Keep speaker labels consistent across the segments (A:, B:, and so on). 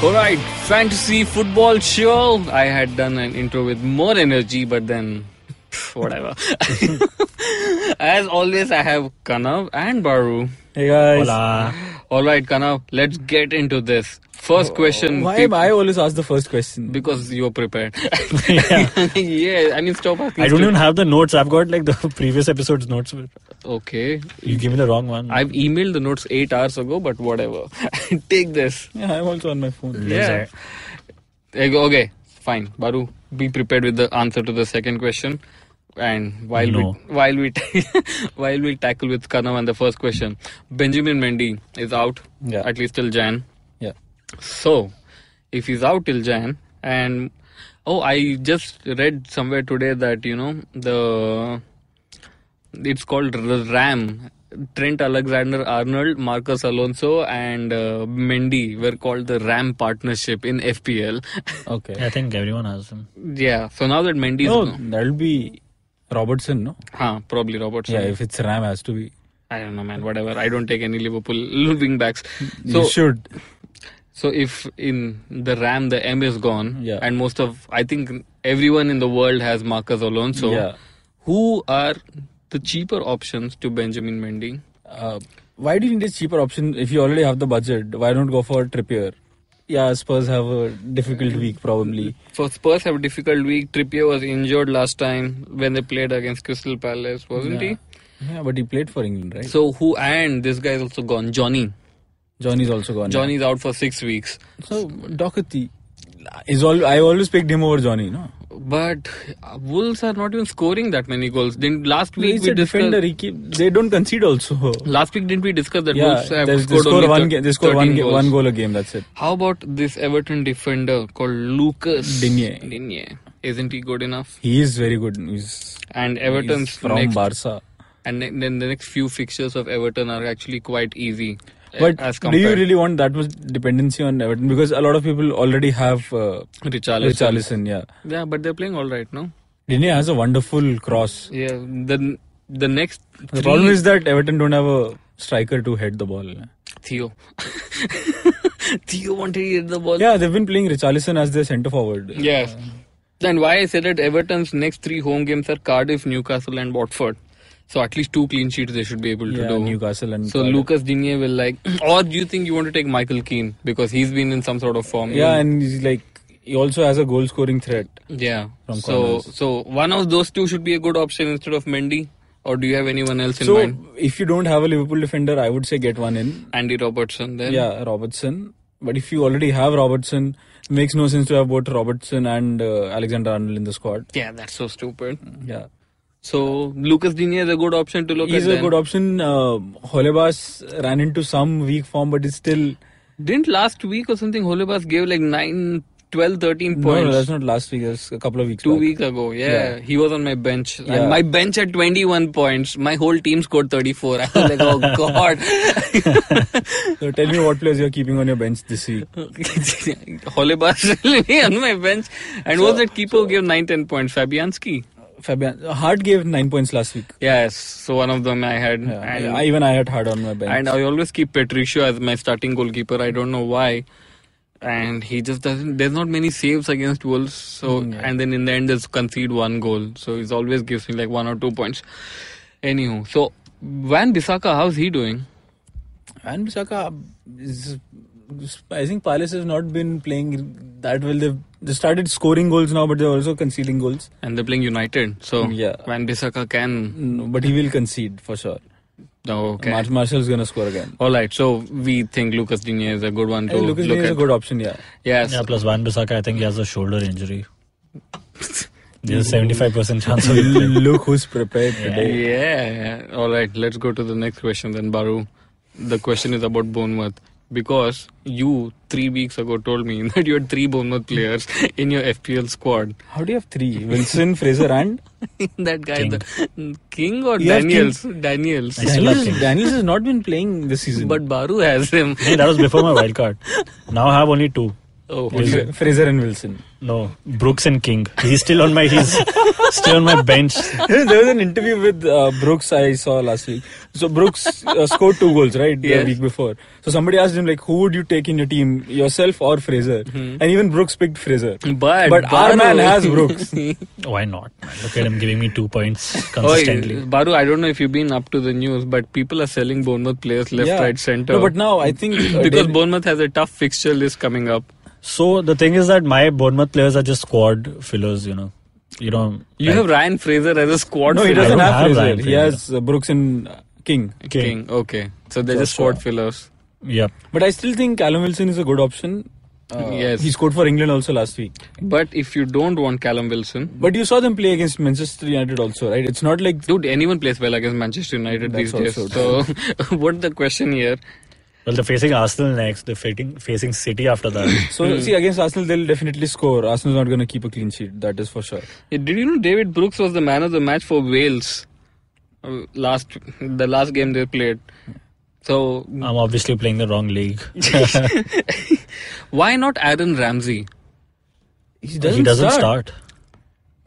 A: Alright, fantasy football, sure. I had done an intro with more energy, but then. pff, Whatever. As always, I have Kanav and Baru.
B: Hey guys.
C: Hola.
A: Alright, Kanav, let's get into this. First question.
B: Oh, Why
A: peop-
B: am I always asked the first question?
A: Because you're prepared.
C: yeah.
A: yeah, I mean, stop asking.
C: I don't even
A: stupid-
C: have the notes. I've got like the previous episode's notes. But
A: Okay.
C: you gave me the wrong one.
A: I've emailed the notes eight hours ago, but whatever. Take this.
B: Yeah, I'm also on my phone.
A: Yeah. Eh, Okay, fine. Baru, be prepared with the answer to the second question. And while
C: No.
A: we while we while we tackle with Kanav and the first question, Benjamin Mendy is out
B: Yeah.
A: at least till Jan.
B: Yeah.
A: So, if he's out till Jan, and oh, I just read somewhere today that you know the it's called R- Ram. Trent Alexander Arnold, Marcus Alonso, and uh, Mendy were called the Ram partnership in FPL.
B: Okay.
C: I think everyone has them.
A: yeah, so now that Mendy is
B: No,
A: gone-
B: that'll be Robertson, no?
A: huh, probably Robertson.
B: Yeah, if it's Ram, has to be.
A: I don't know, man. Whatever. I don't take any Liverpool wing backs. So
B: you should.
A: So if in the RAM the M is gone,
B: Yeah.
A: and most of I think everyone in the world has Marcus Alonso,
B: Yeah.
A: who are the cheaper options to Benjamin Mendy?
B: Uh, why do you need a cheaper option if you already have the budget? Why not go for Trippier? Yeah, Spurs have a difficult week probably.
A: So Spurs have a difficult week. Trippier was injured last time when they played against Crystal Palace, wasn't
B: yeah. Yeah, but he played for England,
A: he?
B: right?
A: So who and this guy is also gone. Johnny.
B: Johnny's also gone.
A: Johnny's out for six weeks.
B: So Doherty is all. I always picked him over Johnny. No,
A: But uh, Wolves are not even scoring that many goals. Then last week
B: he's
A: we
B: a defender.
A: discussed.
B: He keep, they don't concede also.
A: Last week didn't we discuss that
B: Yeah,
A: Wolves have
B: they, they
A: scored
B: score
A: only
B: one.
A: thir-
B: Ga- they score
A: 13
B: one. Ga-
A: goals.
B: one goal a game. That's it.
A: How about this Everton defender called Lucas
B: Digne.
A: Digne. Isn't he good enough?
B: He is very good. He's,
A: And
B: he's
A: Everton's
B: from
A: next,
B: Barca.
A: and ne- then the next few fixtures of Everton are actually quite easy. eh,
B: But
A: as
B: do you
A: compared
B: really want that much dependency on Everton? Because a lot of people already have uh,
A: Richarlison.
B: Richarlison. Yeah,
A: Yeah, but they're playing all right, no?
B: Dini has a wonderful cross.
A: Yeah. The the next
B: The
A: three-
B: problem is that Everton don't have a striker to head the ball.
A: Theo. Theo wanted to hit the ball.
B: Yeah, they've been playing Richarlison as their centre forward.
A: Yes. And why I said that Everton's next three home games are Cardiff, Newcastle, and Watford. So at least two clean sheets they should be able to
B: Yeah,
A: do.
B: Newcastle and
A: So
B: Cardiff.
A: Lucas Digne will like, or do you think you want to take Michael Keane because he's been in some sort of form?
B: Yeah, and he's like he also has a goal scoring threat.
A: yeah.
B: From
A: so
B: corners.
A: so one of those two should be a good option instead of Mendy, or do you have anyone else in
B: So
A: mind?
B: if you don't have a Liverpool defender, I would say get one in.
A: Andy Robertson then.
B: Yeah, Robertson. But if you already have Robertson, makes no sense to have both Robertson and uh, Alexander Arnold in the squad.
A: Yeah, that's so stupid.
B: Yeah,
A: So Lucas Digne is a good option to look
B: he's
A: at.
B: a
A: then.
B: good option. Uh, Holebas ran into some weak form, but is still
A: Didn't last week or something Holebas gave like 9, 12, 13
B: no,
A: points.
B: no, that's not last week. That's a couple of weeks.
A: Two
B: back.
A: weeks ago, yeah,
B: Yeah.
A: he was on my bench,
B: Yeah.
A: and my bench had 21 points. My whole team scored 34. I was like, oh god.
B: So tell me what players you're keeping on your bench this week.
A: Holebas will be on my bench. And was that keeper who gave 9 10 points? Fabianski?
B: Fabian Hart gave nine points last week.
A: Yes, so one of them I had.
B: Yeah,
A: and,
B: I, even I had Hart on my bench.
A: and I always keep Patricio as my starting goalkeeper. I don't know why. And he just doesn't. There's not many saves against Wolves. So
B: Hmm,
A: and then in the end, they concede one goal. So he's always gives me like one or two points. Anywho, so Van Bissaka, how's he doing?
B: And Bissaka is, I think Palace has not been playing that well. They've they started scoring goals now, but they're also conceding goals.
A: And they're playing United. So
B: Yeah.
A: Van Bissaka can.
B: No, Mm, but he will concede for sure.
A: Oh, okay.
B: Mar- Martial's gonna score again.
A: All right, so we think Lucas Digne is a good one to
B: Hey, Lucas
A: look
B: Digne is
A: at.
B: a good option. Yeah,
A: yes,
C: Yeah, plus Van Bissaka, I think he has a shoulder injury. There's a 75% chance of him playing.
B: look who's prepared today.
A: yeah. All right, let's go to the next question then, Baru. The question is about Bournemouth because you three weeks ago told me that you had three Bournemouth players in your FPL squad.
B: How do you have three? Wilson, Fraser, and
A: that guy,
C: King.
A: the King or
B: You have
A: Daniels? Daniels.
C: I still have
B: Daniels.
C: King.
B: Daniels has not been playing this season.
A: But Baru has him.
C: Hey, that was before my wild card. Now I have only two.
A: Oh,
C: Is
A: okay.
C: it?
B: Fraser and Wilson.
C: No, Brooks and King. He's still on my he's still on my bench.
B: there was an interview with uh, Brooks I saw last week. So Brooks uh, scored two goals, right,
A: Yes.
B: the week before. So somebody asked him like, who would you take in your team, yourself or Fraser?
A: Mm-hmm.
B: And even Brooks picked Fraser.
A: but
B: but our man
A: Baru-
B: has Brooks.
C: Why not? man? Look at him giving me two points
A: Oi,
C: consistently.
A: Baru, I don't know if you've been up to the news, but people are selling Bournemouth players left,
B: Yeah.
A: right, center.
B: No, but now I think
A: because
B: uh, David-
A: Bournemouth has a tough fixture list coming up.
C: So the thing is that my Bournemouth players are just squad fillers, you know. You know
A: You have Ryan Fraser as a squad
B: no, he
A: filler.
B: doesn't
C: I don't
B: have,
C: have
B: Fraser.
C: Ryan
B: He
C: Fraser.
B: has uh, Brooks and uh, King.
A: King.
C: King.
A: Okay, so they're just
B: Joshua.
A: squad fillers.
C: Yep.
B: But I still think Callum Wilson is a good option. Uh,
A: Yes.
B: He scored for England also last week.
A: But if you don't want Callum Wilson,
B: But you saw them play against Manchester United also, right? It's not like
A: dude, anyone plays well against Manchester United
B: That's
A: these days.
B: also
A: So, what's the question here?
C: Well they're facing Arsenal next, they're facing facing City after that.
B: so.
A: Hmm.
B: See, against Arsenal, they'll definitely score. Arsenal's not going to keep a clean sheet. That is for sure.
A: Did you know David Brooks was the man of the match for Wales uh, last the last game they played? So
C: I'm obviously playing the wrong league.
A: why not Aaron Ramsey?
B: He
C: he doesn't start.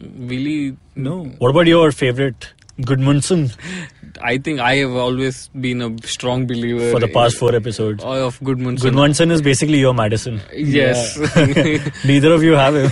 A: Will he?
B: No.
C: What about your favorite Goodmanson
A: I think I have always been a strong believer
C: for the
A: in-
C: past four episodes?
A: of Goodmanson.
C: Goodmanson is basically your Madison.
A: Yes. Yeah.
C: Neither of you have him.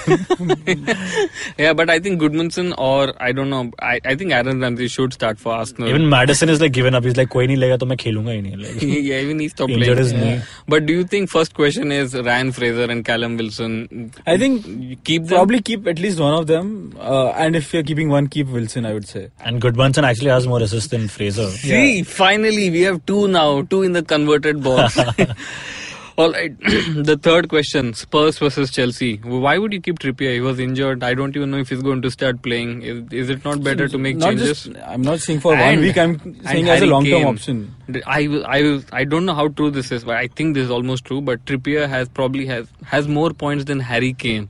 A: but I think Goodmanson or I don't know. I, I think Aaron Ramsey should start for Arsenal.
C: Even Madison is like given up. He's like, कोई नहीं लेगा तो मैं खेलूंगा ही नहीं. Like,
A: yeah, even he stopped playing.
C: Injured his knee.
A: But do you think first question is Ryan Fraser and Callum Wilson?
B: I think
A: You keep them.
B: probably keep at least one of them. Uh, and if you're keeping one, keep Wilson. I would say.
C: and Goodmanson actually has more assists than Fraser.
A: See, finally we have two now, two in the converted box. All right. the third question: Spurs versus Chelsea. Why would you keep Trippier? He was injured. I don't even know if he's going to start playing. Is, is it not better to make
B: not
A: changes?
B: Just, I'm not saying for one
A: And-
B: week. I'm
A: and
B: saying as a
A: Harry
B: long-term
A: Kane.
B: option.
A: D- I, will- I, will- I don't know how true this is, but I think this is almost true. But Trippier has probably has has more points than Harry Kane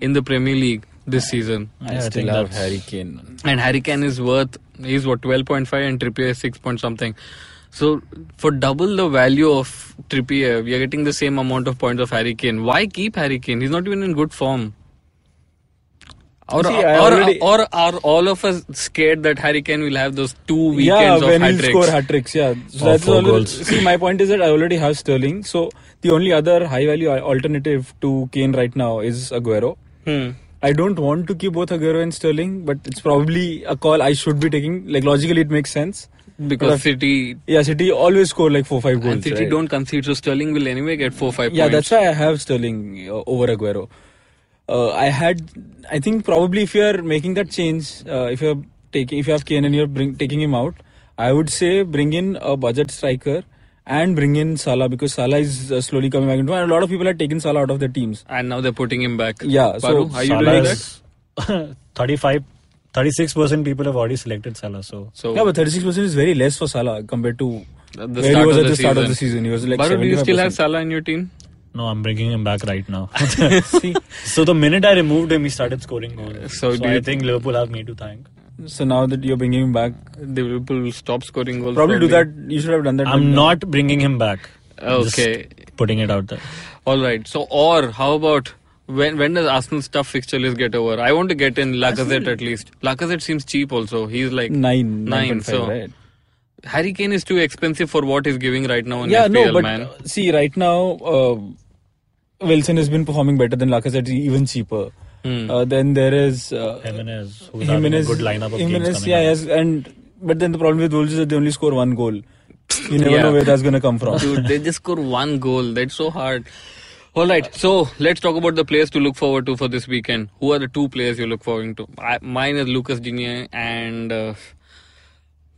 A: in the Premier League this season.
C: Yeah, I
B: I still
C: think
B: have
C: that's-
B: Harry Kane.
A: And Harry Kane is worth he's what twelve point five and Trippier is six point something. So for double the value of Trippier, we are getting the same amount of points of Harry Kane. Why keep Harry Kane? He's not even in good form. Or,
B: See, I
A: or,
B: already-
A: or are all of us scared that Harry Kane will have those two weekends
B: yeah,
A: of
B: when
A: hat
B: he'll
A: tricks?
B: score hat tricks. Yeah, so
C: Or
B: that's
C: four
B: all.
C: goals.
B: See, my point is that I already have Sterling, so the only other high-value al- alternative to Kane right now is Aguero.
A: Hmm.
B: I don't want to keep both Aguero and Sterling, but it's probably a call I should be taking. Like logically, it makes sense.
A: because
B: But I've-
A: City
B: yeah, City always score like four five goals.
A: and City
B: right?
A: don't concede, so Sterling will anyway get four five.
B: Yeah,
A: points.
B: that's why I have Sterling uh, over Aguero. Uh, I had, I think probably if you are making that change, uh, if you're taking, if you have Kane and you're bring, taking him out, I would say bring in a budget striker and bring in Salah because Salah is uh, slowly coming back into. And a lot of people had taken Salah out of their teams.
A: and now they're putting him back.
B: Yeah, so
A: Baru, are you
C: Salah
A: doing that?
C: is- 35, 36% people have already selected Salah. So
A: So
B: yeah, but 36 percent is very less for Salah compared to
A: the
B: where
A: start
B: he was
A: of
B: at
A: the
B: the start of
A: season.
B: the season. He was like
A: Baru, do you still have
B: 75%.
A: Salah in your team?
C: no, I'm bringing him back right now.
B: See,
C: so the minute I removed him, he started scoring goals.
A: So
C: So,
A: do
C: I
A: you-
C: think Liverpool have me to thank.
B: so now that you're bringing him back,
A: The Liverpool will stop scoring goals.
B: probably do that. You should have done that.
C: I'm
B: when-
C: not bringing him back. I'm just
A: Okay.
C: putting it out there.
A: All right. So or how about when when does Arsenal's tough fixture list get over? I want to get in Lacazette at least. Lacazette seems cheap also. He's like
B: nine,
A: nine.
B: 9.5,
A: so
B: right?
A: Harry Kane is too expensive for what he's giving right now in
B: yeah,
A: FPL,
B: no, but
A: man.
B: uh, see, right now, uh, Wilson has been performing better than Lacazette, even cheaper.
A: Hmm.
B: Uh, then there is uh,
C: Jimenez, who's having a
B: Jimenez,
C: good lineup of games
B: Jimenez,
C: coming
B: yeah,
C: up.
B: yes, and but then the problem with Wolves is that they only score one goal. You never
A: Yeah.
B: know where that's going to come from.
A: Dude, they just score one goal. That's so hard. All right, so let's talk about the players to look forward to for this weekend. Who are the two players you look forward to? I, mine is Lucas Digne and uh,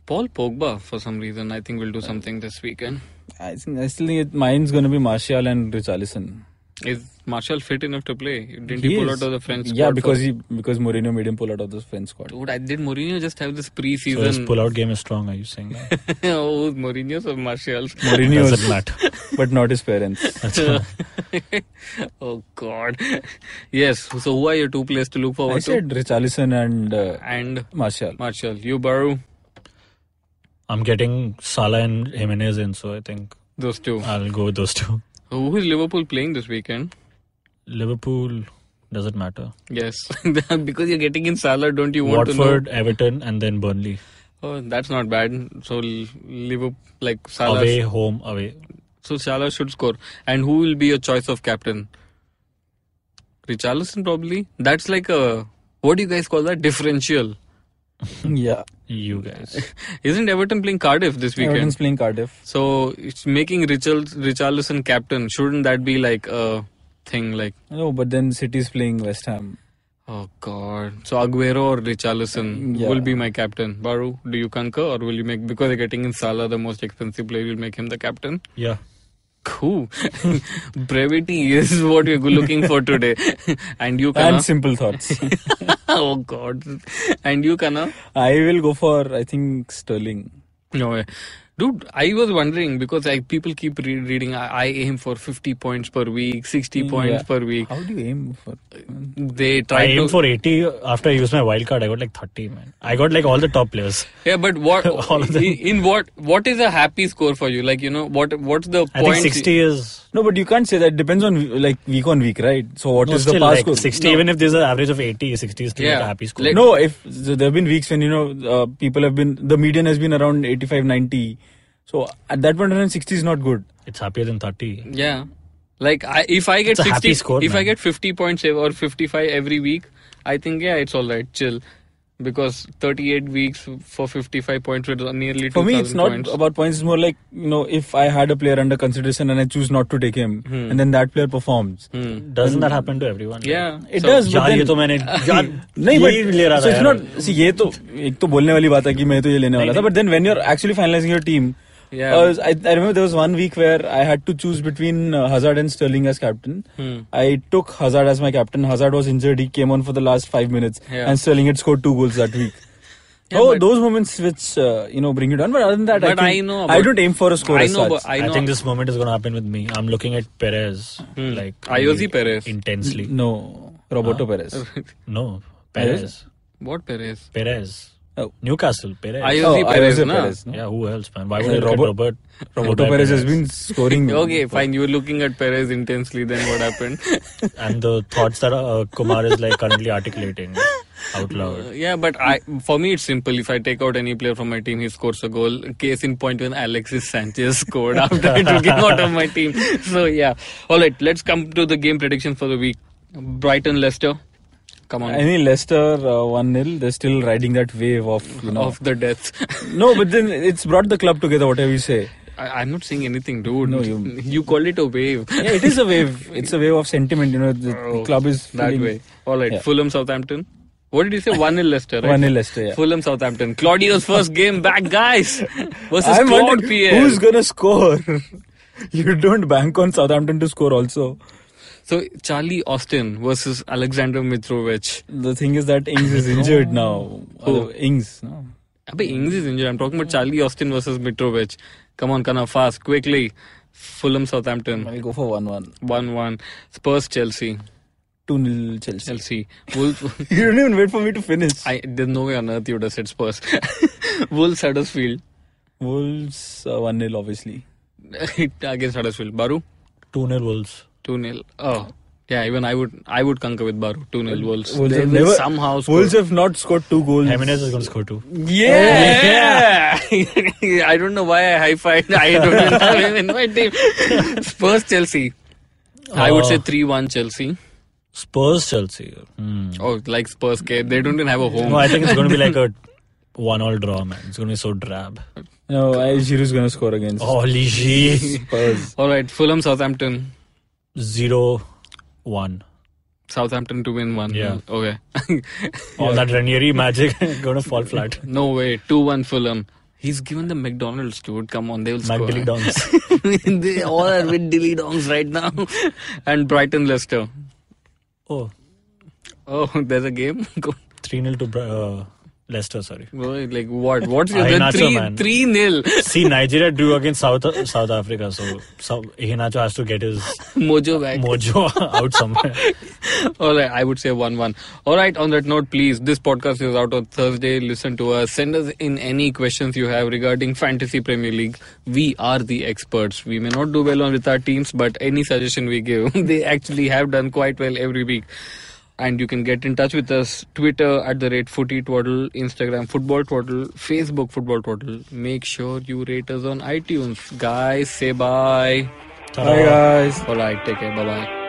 A: Paul Pogba. For some reason, I think we'll do something this weekend.
B: I think I still think it, mine's going to be Martial and Richarlison.
A: Is Marshall fit enough to play? Didn't
B: He
A: he, pull
B: is-
A: out of the French squad?
B: Yeah, because
A: for-
B: he because Mourinho made him pull out of the French squad.
A: dude, I did Mourinho just have this
C: So his
A: preseason?
C: pull-out game is strong. Are you saying? that?
A: oh, Mourinho's or Martial's?
C: Doesn't
B: Mourinho,
C: matter.
B: but not his parents.
A: oh God, yes. So who are your two players to look forward
B: I said Richarlison and uh,
A: to? And
B: Martial.
A: Marshall, you borrow
C: I'm getting Salah and Jimenez in, so I think
A: those two.
C: I'll go with those two.
A: Who is Liverpool playing this weekend?
C: Liverpool doesn't matter.
A: Yes, because you're getting in Salah, don't you want
C: Watford, Everton, and then Burnley.
A: to know? Oh, that's not bad. So Liverpool, like Salah,
C: Away, home, away.
A: so Salah should score. And who will be your choice of captain? Richarlison probably. That's like a what do you guys call that differential? Hmm.
B: yeah.
C: You guys.
A: Isn't Everton playing Cardiff this weekend?
B: Everton's playing Cardiff.
A: So it's making Richard Richarlison captain. Shouldn't that be like a thing? Like
B: No, but then City's playing West Ham.
A: oh god. So Aguero or Richarlison
B: Yeah.
A: will be my captain. Baru, do you concur or will you make because they're getting in Salah, the most expensive player, you'll make him the captain?
C: Yeah.
A: Cool. Brevity is what you're looking for today, and you can.
B: And simple thoughts.
A: oh god. And you can.
B: I will go for I think Sterling.
A: No way. Dude, I was wondering because like people keep re- reading. I, I aim for 50 points per week, 60 points
B: Yeah.
A: per week.
B: How do you aim for?
A: They
C: I
A: try to
C: aimed for 80. After I used my wild card, I got like 30, man. I got like all the top players.
A: Yeah, but what
C: All of them.
A: in, in what what is a happy score for you? Like you know what what's the
C: I
A: point?
C: think 60 is.
B: No, but you can't say that. Depends on like week on week, right? So what
C: No,
B: is
C: still
B: the past
C: like
B: score?
C: 60, even if there's an average of 80, 60 is still
A: Yeah.
C: like a happy score.
A: Like-
B: No, if so there have been weeks when you know uh, people have been the median has been around 85, 90. So at that point, 160 is not good.
C: It's happier than 30.
A: Yeah, like I, if I get
C: It's a happy
A: 60,
C: score,
A: if I
C: man.
A: get 50 points ev- or 55 every week, I think yeah, it's all right, chill. Because 38 weeks for 55 points with nearly
B: For me, it's
A: 2,000
B: not
A: points.
B: about points. It's more like you know if I had a player under consideration and I choose not to take him, and then that player performs.
A: Hmm.
C: Doesn't that happen to everyone?
A: Yeah,
B: It
A: so-
B: does, but
C: यार ये
B: then
C: तो मैंने यार
B: नहीं
C: यही ले रहा था यार।
B: नॉट सी ये तो एक तो बोलने वाली बात है कि मैं तो ये लेने वाला था but then when you are actually finalising your team
A: Yeah.
B: I remember there was one week where I had to choose between Hazard and Sterling as
A: Hmm.
B: Captain I took Hazard as my captain Hazard was injured he came on for the last 5 minutes
A: Yeah.
B: And Sterling had scored two goals that week
A: Yeah,
B: oh,
A: but-
B: those moments which uh, you know bring you down, but other than that,
A: But
B: I,
A: I
B: think,
A: know
B: I
A: about-
B: don't aim for a score.
A: I
B: as
A: know,
B: such.
A: but I
C: I
A: know. Hmm.
C: think this moment is going to happen with me. I'm looking at Perez like
A: IOC
C: really
A: Perez.
C: intensely.
B: no, Roberto
A: Ah.
B: Perez. Oh.
C: No,
B: Perez?
C: Perez,
A: what Perez?
C: Perez,
B: Oh.
C: Newcastle, Perez.
A: IOC
B: Oh,
A: Perez,
B: IOC
A: na?
B: Perez, no?
C: yeah, who else, man? Why
B: Yeah,
C: would I look at
B: Robert-
C: Robert?
B: Roberto Perez has been scoring.
A: Okay, fine. You were looking at Perez intensely. Then what happened?
C: and the thoughts that uh, Kumar is like currently articulating out loud.
A: Uh, Yeah, but I for me it's simple. If I take out any player from my team, he scores a goal. Case in point when Alexis Sanchez scored after I took him out of my team. So yeah. All right, let's come to the game prediction for the week. Brighton Leicester. Come on.
B: I think Leicester uh, one 0 They're still riding that wave of you know.
A: Of the death.
B: no, but then it's brought the club together. Whatever you say,
A: I, I'm not saying anything, dude.
B: No,
A: you,
B: you-
A: called it a wave.
B: yeah, it is a wave. It's a wave of sentiment. You know, the
A: Oh,
B: club is
A: that way. All right,
B: Yeah.
A: Fulham Southampton. What did you say? One nil Leicester. Right?
B: One nil Leicester, yeah.
A: Fulham Southampton. Claudio's first game back, guys. Versus
B: I'm
A: Claude
B: wondering
A: Pierre.
B: who's gonna score. you don't bank on Southampton to score. Also,
A: So Charlie Austin versus Alexander Mitrovic.
B: the thing is that Ings is injured now.
A: Who?
B: Uh, Ings. No.
A: Abhi, Ings is injured. I'm talking
B: Hmm.
A: about Charlie Austin versus Mitrovic. Come on, Kana, fast, quickly. Fulham Southampton.
B: I'll go for one one.
A: 1 1. Spurs Chelsea.
B: Two 0 Chelsea.
A: Chelsea. Wolves.
B: You don't even wait for me to finish.
A: I, there's no way on earth you would have said Spurs. Wolves Huddersfield.
B: Wolves uh, one 0 obviously.
A: Against Huddersfield. Baru?
C: Two 0 Wolves.
A: 2 0. Oh. Yeah, even I would I would concur with Baru. 2 0 Wolves.
B: Wolves
A: they
B: have
A: will
B: never-
A: somehow score.
B: Wolves have not scored two goals.
C: Jimenez is going to score two.
A: Yeah. I don't know why I high fived. I don't even have him in my team. Spurs Chelsea. I would say
C: Oh.
A: 3 1 Chelsea.
C: Spurs Chelsea. Hmm.
A: Oh, like Spurs care. They don't even have a home.
C: No, Oh, I think it's going to be like a one-all draw, man. It's going to be so drab.
B: No, I Giroud's gonna score against
C: Holy shit.
B: Spurs.
A: All right, Fulham Southampton.
C: Zero one.
A: Southampton to win 1.
C: Yeah.
A: Okay.
C: All that Ranieri magic going to fall flat.
A: no way. 2 1 Fulham. He's given the McDonald's, dude. Come on, they will score.
C: Magdalene Dons.
A: they all are with dilly dongs right now. and Brighton Leicester.
C: Oh,
A: Oh, there's a game. Go-
C: 3 0 to Bri- uh, Leicester, sorry.
A: Well, Like what? What's your
C: Ahinacho,
A: then three
C: man.
A: three nil?
C: See, Nigeria drew against South South Africa, so South, Hinacho has to get his
A: Mojo back.
C: mojo out somewhere.
A: All right, I would say 1 1. All right, on that note, please, this podcast is out on Thursday. Listen to us. Send us in any questions you have regarding Fantasy Premier League. We are the experts. We may not do well on with our teams, but any suggestion we give, they actually have done quite well every week. And you can get in touch with us Twitter at the rate footy twaddle, Instagram football twaddle, Facebook football twaddle. Make sure you rate us on iTunes. Guys, say bye.
C: Ta-ra.
B: Bye guys.
A: Oh All right, take care. Bye bye.